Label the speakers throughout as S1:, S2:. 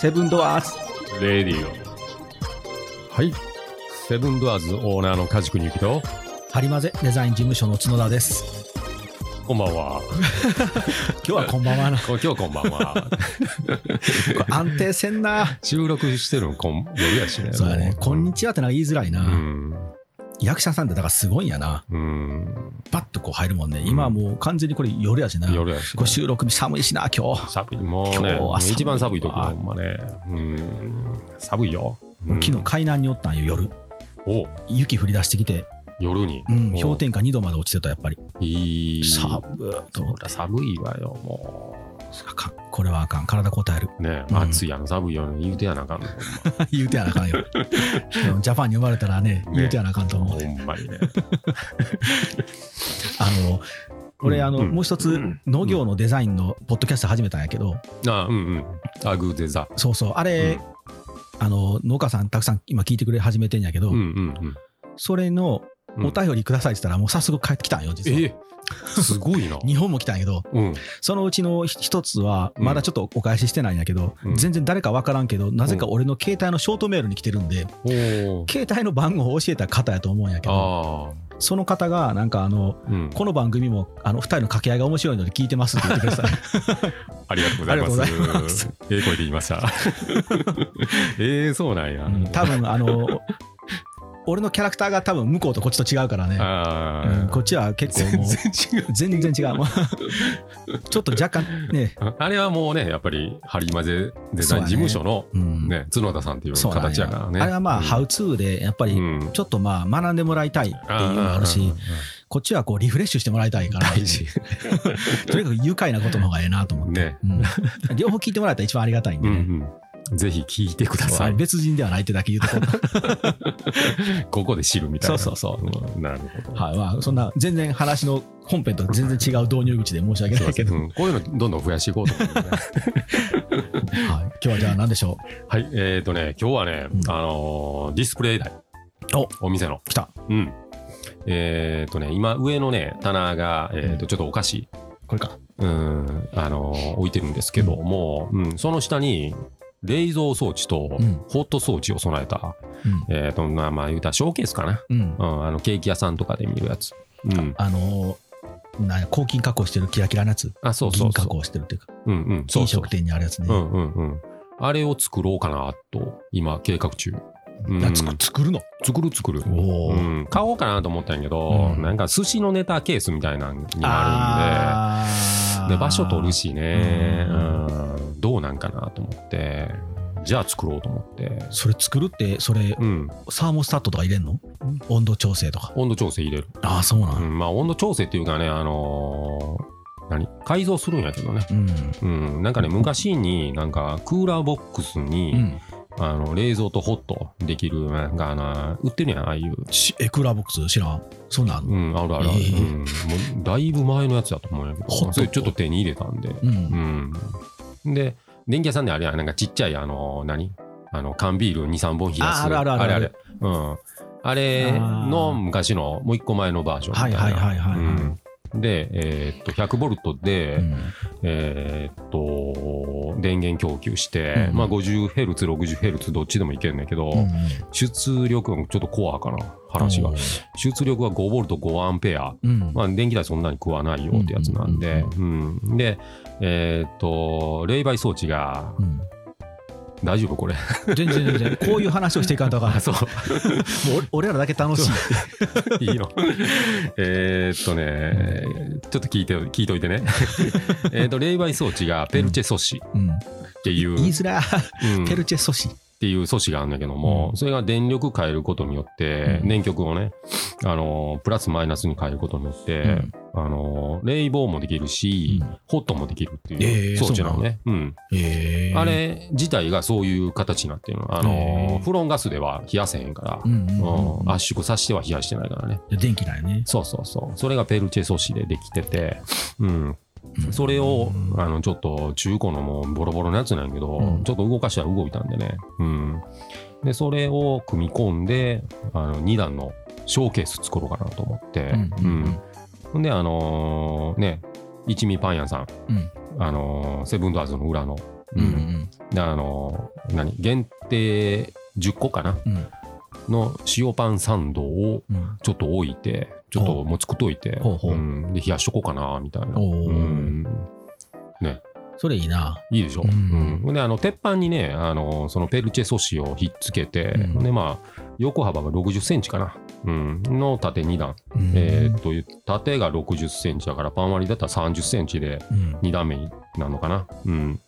S1: セブンドアーズ
S2: レディオ。はい。セブンドアーズオーナーの梶国ゆきと、
S3: ハリマゼデザイン事務所の角田です。
S2: こんばんは。
S3: 今日はこんばんはな。
S2: こ今日こんばんは。
S3: 安定せんな。
S2: 収録してるのこん夜やしね。
S3: そうだね
S2: も。
S3: こんにちはってなんか言いづらいな。
S2: うん。
S3: 役者さんってだからすごいんやな。
S2: うん。
S3: パッとこう入るもんね。今はもう完全にこれ夜やしな。
S2: 夜やしね
S3: これ収録日寒いしな、今日。
S2: 寒い。もう
S3: 今日
S2: ね
S3: は、寒いわ
S2: 一番寒い時だ、ほんまね。うん。寒いよ。うん
S3: 昨日海南におったんよ、夜。
S2: お
S3: 雪降り出してきて、
S2: 夜に。
S3: うん、
S2: お
S3: 氷点下2度まで落ちてた、やっぱり。
S2: いい。
S3: 寒っと思った。
S2: 寒いわよ、も
S3: あかんこれはあかん。体こたえる。
S2: う。ね
S3: うん
S2: 暑いやの、寒いやの、言うてやなあかんの。
S3: 言うてやなあかんよ。でもジャパンに生まれたらね、言うてやなあかんと
S2: ほん
S3: 思
S2: ま
S3: う。
S2: ほんまにね。
S3: あの、俺、あの、
S2: うん
S3: もう一つ、農業のデザインのポッドキャスト始めたんやけど、
S2: あ、うんうん。アグーデザ。
S3: そうそう、あれ、あの、農家さんたくさん今聞いてくれ始めてんやけど、
S2: うんうんうん。
S3: それの
S2: うん
S3: お便りくださいって言ったら、もう早速帰ってきたんよ、実は。
S2: えすごいな。
S3: 日本も来たんやけど、
S2: うん。
S3: そのうちの一つは、まだちょっとお返ししてないんやけど、
S2: うん
S3: 全然誰かわからんけど、なぜか俺の携帯のショートメールに来てるんで、
S2: おお。
S3: 携帯の番号を教えた方やと思うんやけど、
S2: あ
S3: その方が、なんかあの、
S2: あ。うん。
S3: この番組もあの2人の掛け合いが面白いので聞いてますって言ってください。
S2: ありがとうござい
S3: あり
S2: ま
S3: がとうございますす。
S2: ええ声で言いました。 ええ、そうなんや。
S3: うん多分あ の俺のキャラクターが多分向こうとこっちと違うからね、
S2: ああ。
S3: うんこっちは結構
S2: 全
S3: もう
S2: 然違う。
S3: 全然違うもう ちょっと若干ね、
S2: あれはもうね、やっぱり、ハリマゼデザイン事務所の、
S3: うん
S2: ね、角田さんっていう
S3: そうなん
S2: 形やからね。
S3: あれはまあ、
S2: うん
S3: ハウツーでやっぱり
S2: うん
S3: ちょっとまあ学んでもらいたいっていうのもあるし、こっちはこうリフレッシュしてもらいたいから、と
S2: 大
S3: に
S2: 事。
S3: かく愉快な ことの方がええなと思って、
S2: ね。
S3: うん両方聞いてもらえたら一番ありがたいん
S2: う
S3: で
S2: ん
S3: ね。
S2: うん。ぜひ聞いてくだ
S3: そう
S2: さ
S3: あの
S2: い。
S3: 別人ではないってだけ言うとこう
S2: ここで知るみたいな。
S3: そうそうそう
S2: うん。なるほど。
S3: はいまあそんな全然話の本編と全然違う導入口で申し訳ないけど、
S2: うんこういうのどんどん増やしていこうと思うん でね
S3: はい、今日はじゃあ何でしょ
S2: はい、えっ、ー、とね、今日はね、
S3: うん
S2: あのーディスプレイ台。お店の。
S3: う来た
S2: うん。えっ、ー、とね、今、上のね、棚が、えっ、と、ちょっとお菓子、
S3: これか
S2: うん、あのー置いてるんですけども、うん、その下に、冷蔵装置と
S3: うん
S2: ホット装置を備えた、
S3: うん
S2: えっ、と、まあまあ言うたらショーケースかな。
S3: うん
S2: うん、あの、ケーキ屋さんとかで見るやつ。うん。
S3: あのーなんや抗菌加工してるキラキラのやつ
S2: あ、そうそ
S3: 銀
S2: う
S3: 加
S2: そう。
S3: 工してるっていうか
S2: うんうん、そ
S3: 飲
S2: うそう
S3: 食。店にあるやつね
S2: うんうんうん。あれを作ろうかなと、今、計画中。うん
S3: なつく作るの
S2: 作る作る。
S3: おー
S2: うん、買おうかなと思ったんやけど、
S3: うん
S2: なんか寿司のネタケースみたいなのにも
S3: あ
S2: あるん
S3: ー
S2: でで場所取るしね、
S3: う
S2: うんどうなんかなと思ってじゃあ作ろうと思って、
S3: それ作るってそれ
S2: うん、
S3: サーモスタットとか入れんの温度調整とか
S2: 温度調整入れる、
S3: ああそうな
S2: うんんまあ、温度調整っていうかね、あのー何改造するんやけどね、
S3: うん
S2: うん、なんかね昔になんかクーラーボックスに、
S3: うん
S2: あの冷蔵とホットできるなんかあの売ってるやんああいう。
S3: しエクーラーボックス知らんそんなんあんの
S2: うん、あるあるある、
S3: ええ
S2: うん、もうだいぶ前のやつだと思うんやけ
S3: ホッ
S2: ど
S3: ト
S2: それちょっと手に入れたんで
S3: うん
S2: うん。で、電気屋さんであれや、なんかちっちゃい、あの、何あの、缶ビール2、3本冷やす。
S3: ああるあるある
S2: あれあれ。うん。あれの昔の、もう一個前のバージョンみたいな。
S3: はいはいはいはいはい
S2: うんで、えーっと、100ボルトで、
S3: うん
S2: えーっと、電源供給して、
S3: うん
S2: まあ 50Hz、60Hz、どっちでもいけるんだけど、
S3: うん
S2: 出力はちょっとコアかな、話が。出力は5ボルト5アンペア。
S3: うん
S2: まあ、電気代そんなに食わないよってやつなんで、うんで、えーっと、冷媒装置が、
S3: うん
S2: 大丈夫これ。
S3: 全然全然こういう話をしていかんとあかん
S2: そう。
S3: もう俺らだけ楽しい
S2: いいの。 えーっとね、ちょっと聞いて、聞いといてね。 えーっと、冷媒装置がペルチェ素子
S3: うん
S2: っていう、
S3: 言いづらい
S2: うん
S3: ペ
S2: っ
S3: ルチェ素子
S2: ていう素子があるんだけども、
S3: うん
S2: それが電力変えることによって、
S3: うん
S2: 電極をね、あの、プラスマイナスに変えることによって、
S3: うん
S2: あの、冷房もできるし、
S3: うん
S2: ホットもできるって
S3: え
S2: いう
S3: え
S2: 装置なのね。うん。
S3: えー
S2: あれ自体がそういう形になってるの。あ
S3: へ
S2: の
S3: ー
S2: フロンガスでは冷やせへんから、
S3: う
S2: うん
S3: うんうんうん、あ
S2: 圧縮させては冷やしてないからね。
S3: 電気だよね。
S2: そうそうそう。それがペルチェ素子でできてて、うん。
S3: うん
S2: それを、あの、ちょっと中古のもうボロボロのやつなんやけど、
S3: うん
S2: ちょっと動かしたら動いたんでね。うん。で、それを組み込んで、あの、2段のショーケース作ろうかなと思って、
S3: うんうんうん
S2: ほんで、あのーね、一味パン屋さん、
S3: うん
S2: あのーセブンドアーズの裏の
S3: うんうん
S2: であの何限定10個かな
S3: うん
S2: の塩パンサンドを
S3: うん
S2: ちょっと置いてちょっともう作っといて、
S3: ほうほうん
S2: で冷やしとこうかなみたいな、
S3: おー
S2: うん、
S3: それいいな。
S2: いいでしょ、
S3: う
S2: うんんであの鉄板にねあのそのペルチェ素子をひっつけて、
S3: うん
S2: でまあ横幅が6 0センチかな、うん、の縦2段、
S3: うん
S2: えーっと縦が6 0センチだからパン割りだったら3 0センチで
S3: うん
S2: 2段目になるのかな、うん、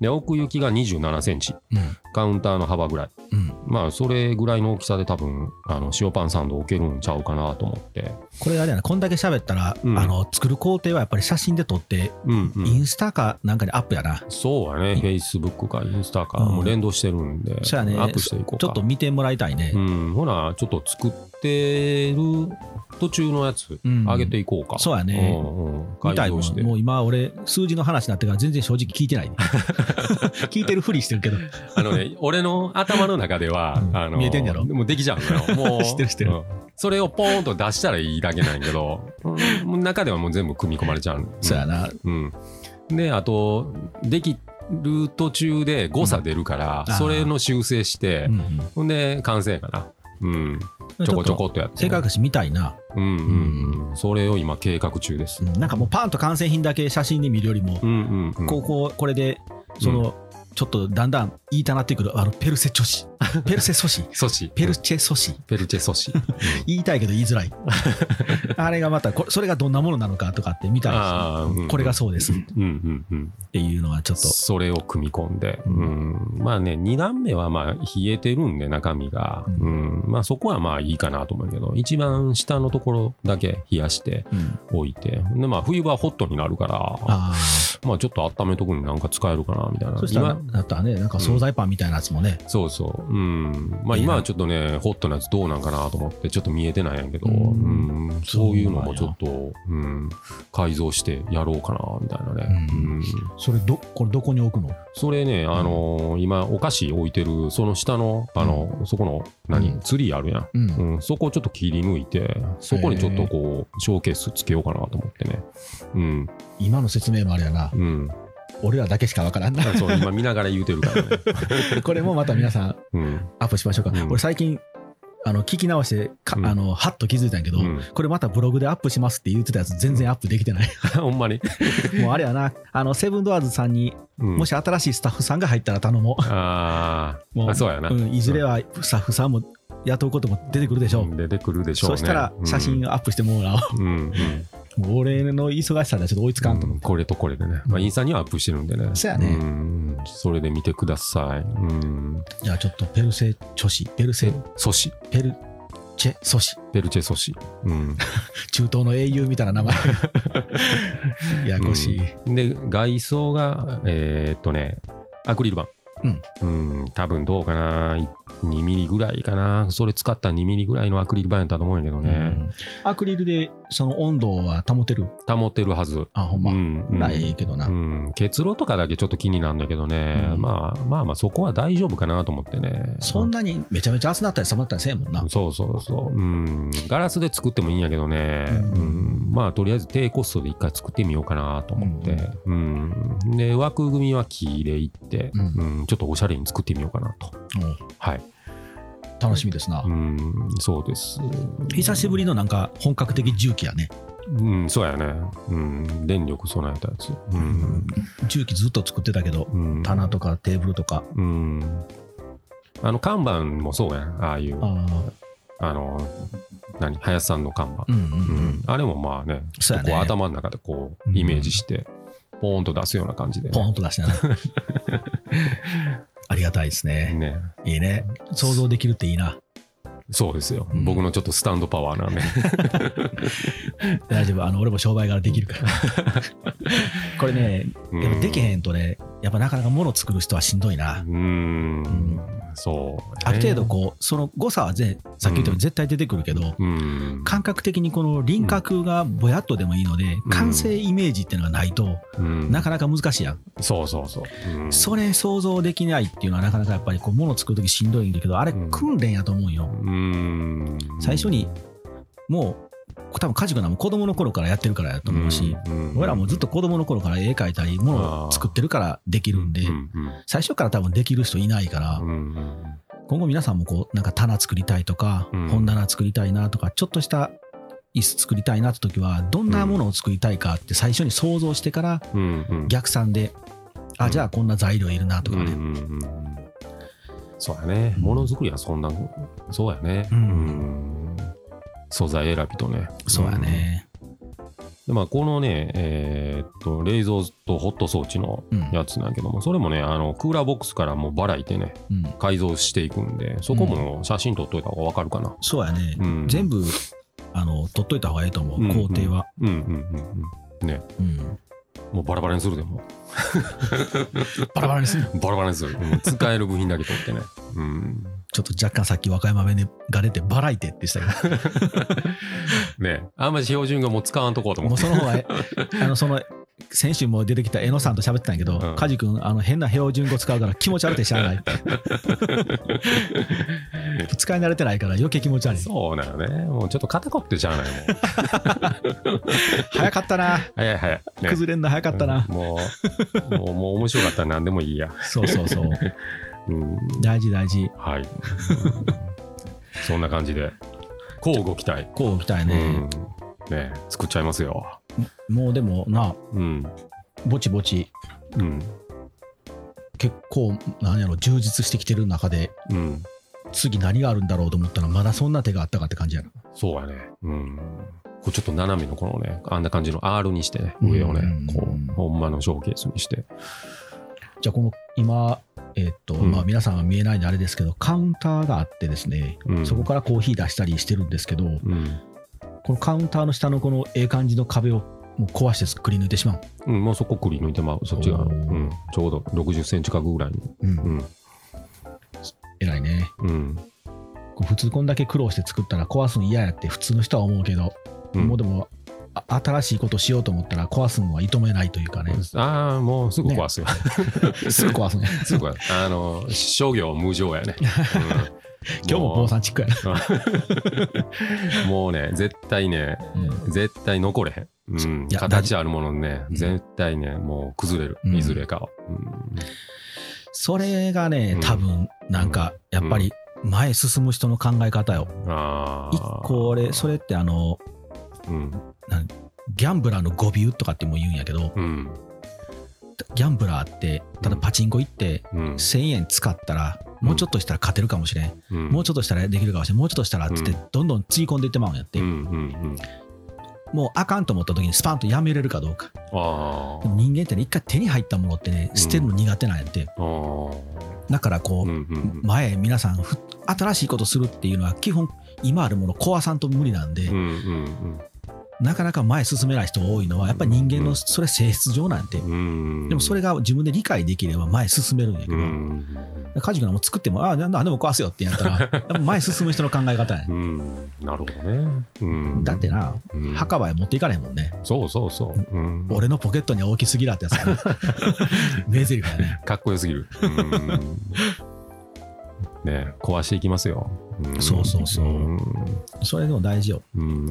S2: で奥行きが2 7センチ
S3: うん
S2: カウンターの幅ぐらい
S3: うん
S2: まあそれぐらいの大きさで多分あの塩パンサンド置けるんちゃうかなと思って
S3: これあれやな、こんだけ喋ったら、あ
S2: うん
S3: の作る工程はやっぱり写真で撮って、
S2: うんう
S3: イ
S2: ん
S3: ンスタかなんかにアップやな。
S2: そうやね、フェイスブックかインスタか、
S3: うん
S2: もう連動してるんで、
S3: そうやね
S2: アップしていこうか。
S3: ちょっと見てもらいたいね
S2: う。ん、ほな、ちょっと作ってる途中のやつ、
S3: うん
S2: 上げていこうか。
S3: そうやね
S2: うんうん
S3: みたい
S2: 改
S3: も
S2: 良
S3: ん
S2: して。
S3: もう今俺数字の話になってから全然正直聞いてない、 ね、聞いてるふりしてるけど
S2: あのね、俺の頭の中では、
S3: うん
S2: あの
S3: 見えてんやろ
S2: もうできちゃう のよ。もう
S3: 知ってる知ってる
S2: うんそれをポーンと出したらいいだけなんやけど、うんもう中ではもう全部組み込まれちゃうの。
S3: そうやな
S2: うん、であとできる途中で誤差出るから、
S3: うん
S2: それの修正して、
S3: うん
S2: ほんで完成かな、うん、
S3: うん
S2: ちょこちょこっとやって
S3: 性格しみたいな、
S2: うんうんうん、それを今計画中です
S3: う、んなんかもうパンと完成品だけ写真で見るよりも、
S2: うんうんうん、
S3: こうこうこれでその、ちょっとだんだん言いたなってくるあのペルセ女 子ペルセ素子
S2: ソシ
S3: ペルチェ素子
S2: ペルチェソシ
S3: 言いたいけど言いづ らいあれがまたこそれがどんなものなのかとかって見たりし
S2: あーうん
S3: これがそうですっ
S2: うんうんうん
S3: ていうのはちょっと
S2: それを組み込んで、
S3: う
S2: うんん、まあね2段目はまあ冷えてるんで中身が、
S3: う
S2: うんまあ、そこはまあいいかなと思うけど一番下のところだけ冷やして
S3: うん
S2: おいてで、まあ、冬場ホットになるから
S3: あ
S2: まあ、ちょっと温めとくになんか使えるかなみたい
S3: あ
S2: な
S3: そしたら
S2: 今
S3: だったらねなんか惣菜パンみたいなやつもね、
S2: そうそううんまあ
S3: いいな
S2: 今はちょっとねホットなやつどうなんかなと思ってちょっと見えてないんやけど、
S3: う
S2: うんんそういうのもちょっと、うん、改造してやろうかなみたいなね、
S3: う
S2: うんん
S3: それどこれどこに置くの
S2: それね、あのー今お菓子置いてるその下の、あのそこの何、
S3: うん
S2: ツリーあるやん
S3: うん、
S2: うん、そこをちょっと切り抜いて、そこにちょっとこう、ショーケースつけようかなと思ってね。うん、
S3: 今の説明もあれやな
S2: うん。
S3: 俺らだけしかわからんな
S2: そう、今見ながら言うてるから ね。
S3: これもまた皆さん
S2: うん。
S3: アップしましょうか、
S2: うん
S3: 俺最近あの聞き直してか、
S2: うん
S3: あのはっと気づいたんやけど、
S2: うん
S3: これまたブログでアップしますって言ってたやつ全然アップできてない、
S2: ほんまに。
S3: もうあれやなあのセブンドアーズさんに
S2: うん
S3: もし新しいスタッフさんが入ったら頼も
S2: あー
S3: もう
S2: あ、そうやな。
S3: う、うんいずれはスタッフさんも雇うことも出てくるでしょう、
S2: 出てくるでしょう
S3: そ
S2: ね。
S3: したら写真アップしてもらおう
S2: うん、うんうん、
S3: もう俺の忙しさではちょっと追いつかんと思う、
S2: うんこれとこれでね。まあ、インスタにはアップしてるんでね。
S3: そうやね
S2: んそれで見てください。うん。
S3: じゃあちょっとペルセ女子ペルセ
S2: ソシ。
S3: ペルチェソシ
S2: ペルチェソシ。うん。
S3: 中東の英雄みたいな名 前ややこしい、
S2: うんで外装がえーっとねアクリル板うん、多分どうかな2ミリぐらいかなそれ使った2ミリぐらいのアクリル板やったと思うんやけどね、
S3: アクリルでその温度は保てる
S2: 保てるはず
S3: あほんま、
S2: うんうん
S3: ならええけどな、
S2: うん、結露とかだけちょっと気になるんだけどね、
S3: うん
S2: まあまあまあそこは大丈夫かなと思ってね
S3: そんなにめちゃめちゃ熱なったり寒なったりせえもんな、
S2: そうそうそう、うん、ガラスで作ってもいいんやけどね、
S3: うん
S2: うんまあとりあえず低コストで一回作ってみようかなと思って、うんで枠組みは木でいって、
S3: う
S2: うんんちょっとおしゃれに作ってみようかなと
S3: うん
S2: はい、
S3: 楽しみですな、
S2: うん、そうです
S3: 久しぶりのなんか本格的重機やね
S2: うんそうやね、うん、電力備えたやつうん、
S3: 重機ずっと作ってたけど
S2: うん、
S3: 棚とかテーブルとか
S2: うんあの看板もそうやんああいうあ
S3: ああ
S2: の何林さんの看板
S3: うんうんう、
S2: うんん、あれもまあね、
S3: そうやね
S2: こう頭の中でこ
S3: うん
S2: うイメージして、ポーンと出すような感じで、
S3: ポ
S2: ね。
S3: ンと出してな ありがたいですね
S2: ね、
S3: いいね想像できるっていいな
S2: そうですよ、
S3: うん
S2: 僕のちょっとスタンドパワ ーなんで、
S3: 大丈夫あの俺も商売柄できるから これねやっぱできへんとねやっぱなかなか物作る人はしんどいな、
S2: うん、うん、そう、
S3: ある程度こうその誤差はぜさっき言ったように絶対出てくるけど、
S2: う、うん、
S3: 感覚的にこの輪郭がぼやっとでもいいので、
S2: うん
S3: 完成イメージっていうのがないと
S2: うん
S3: なかなか難しいやん、
S2: そうそうそう、うん、
S3: それ想像できないっていうのはなかなかやっぱりこう物作る時しんどいんだけどあれ
S2: うん
S3: 訓練やと思うよ、
S2: うん、
S3: 最初にもう多分家事がも子供の頃からやってるからやと思うし、俺らもずっと子供の頃から絵描いたり、ものを作ってるからできるんで、最初から多分できる人いないから、今後皆さんもこう、なんか棚作りたいとか、本棚作りたいなとか、ちょっとした椅子作りたいなって時は、どんなものを作りたいかって最初に想像してから、逆算で、あ、じゃあこんな材料いるなとかね。
S2: そうやね、ものづくりはそんな、そうやね。うん素材選びとね。
S3: そうやね。
S2: でまあ、このね、えー、っと、冷蔵とホット装置のやつなんやけども、うん、それもね、あの、クーラーボックスからもうばらいてね、うん、改造していくんで、そこも写真撮っといた方がわかるかな。
S3: そうやね。うん、全部、あの、撮っといた方がいいと思う、工程は。
S2: うんうんうんうん。ね。うん、もうバラバラにするでも。
S3: バラバラにする。
S2: バラバラにする。使える部品だけ取ってね。うん
S3: ちょっと若干さっき和歌山弁が出てバラいてってしたけど
S2: ねあんまり標準語も使わんとこうと思
S3: って。もうその方が、あの、その、先週も出てきた江野さんと喋ってたんやけど、うん、梶君、あの変な標準語使うから気持ち悪くてしゃあない。使い慣れてないから余計気持ち悪い。
S2: そうなのね。もうちょっと肩こってしゃあない
S3: もん。早かったな。
S2: 早い早い。
S3: ね、崩れんの早かったな、
S2: うん、もう、もう、もう面白かったら何でもいいや。
S3: そうそうそう。うん、大事大事。
S2: はい。 そんな感じで。こうご期待。
S3: こうご期待ね。
S2: ね作っちゃいますよ。
S3: もうでもな、うん、ぼちぼち、うん、結構なんやろ充実してきてる中で、うん、次何があるんだろうと思ったらまだそんな手があったかって感じやな
S2: そうやねうんこれちょっと斜めのこのねあんな感じの R にしてね上をね、こうほんまのショーケースにして
S3: じゃあこの今えー、っと、うん、まあ皆さんは見えないんであれですけどカウンターがあってですね、そこからコーヒー出したりしてるんですけど、このカウンターの下のこのええ感じの壁をもう壊してくり抜いてしま
S2: ううんもうそこくり抜いてまうそっちが、うん、ちょうど6 0ンチ角ぐらいにうん、うん、
S3: 偉いねうん普通こんだけ苦労して作ったら壊すの嫌やって普通の人は思うけど、うん、もうでも新しいことしようと思ったら壊すのは認めないというかね。
S2: ああ、もうすぐ壊すよ。
S3: ね、すぐ壊 すね。
S2: すぐ壊す。あの、商業無常 やね。
S3: うん今日も坊さんチックや
S2: なもうね、絶対ね、うん、絶対残れへん。うん、形あるものね、うん、絶対ね、もう崩れる、いずれかは。、
S3: それがね、多分なんか、やっぱり前進む人の考え方よ。一個俺、それってあの、ギャンブラーの誤尾とかっても言うんやけど、ギャンブラーって、ただパチンコ行って、1000円使ったら、もうちょっとしたら勝てるかもしれん、うん、もうちょっとしたらできるかもしれん、もうちょっとしたらってって、どんどんつぎ込んでいってまうんやって、もうあかんと思った時にスパンとやめれるかどうか、人間ってね、一回手に入ったものってね、捨てるの苦手なんやって、うん、だからこう、前、皆さん、新しいことするっていうのは、基本、今あるもの壊さんと無理なんで。なかなか前進めない人多いのは、やっぱり人間のそれ性質上なんて、でもそれが自分で理解できれば前進めるんやけど、家事君も作っても、ああ、なんでも壊すよってや ったら、前進む人の考え方やね、うん、
S2: なるほどね。うん
S3: だってな、うん、墓場へ持っていかれへんもんね。
S2: そうそうそう。うん、
S3: 俺のポケットに大きすぎだってやつ や名台詞やね。
S2: かっこよすぎる。ね壊していきますよ。
S3: そうそうそう。それでも大事よ。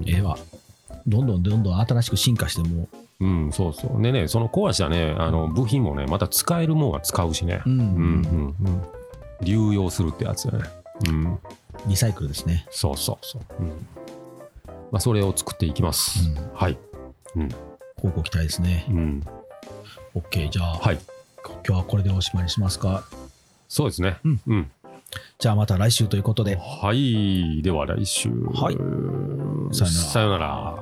S3: ええわ。どんどんどんどん新しく進化しても
S2: う、うん、そうそうでねその壊したねあの部品もねまた使えるもんは使うしね流用するってやつだね、うん、
S3: リサイクルですね
S2: そうそうそう、うんまあ、それを作っていきます、うん、はい、
S3: うん、こうご期待ですね、うん、OK じゃあ、はい、今日はこれでおしまいにしますか
S2: そうですねうん、うん
S3: じゃあまた来週ということで。
S2: はい。では来週。
S3: はい。
S2: さよなら。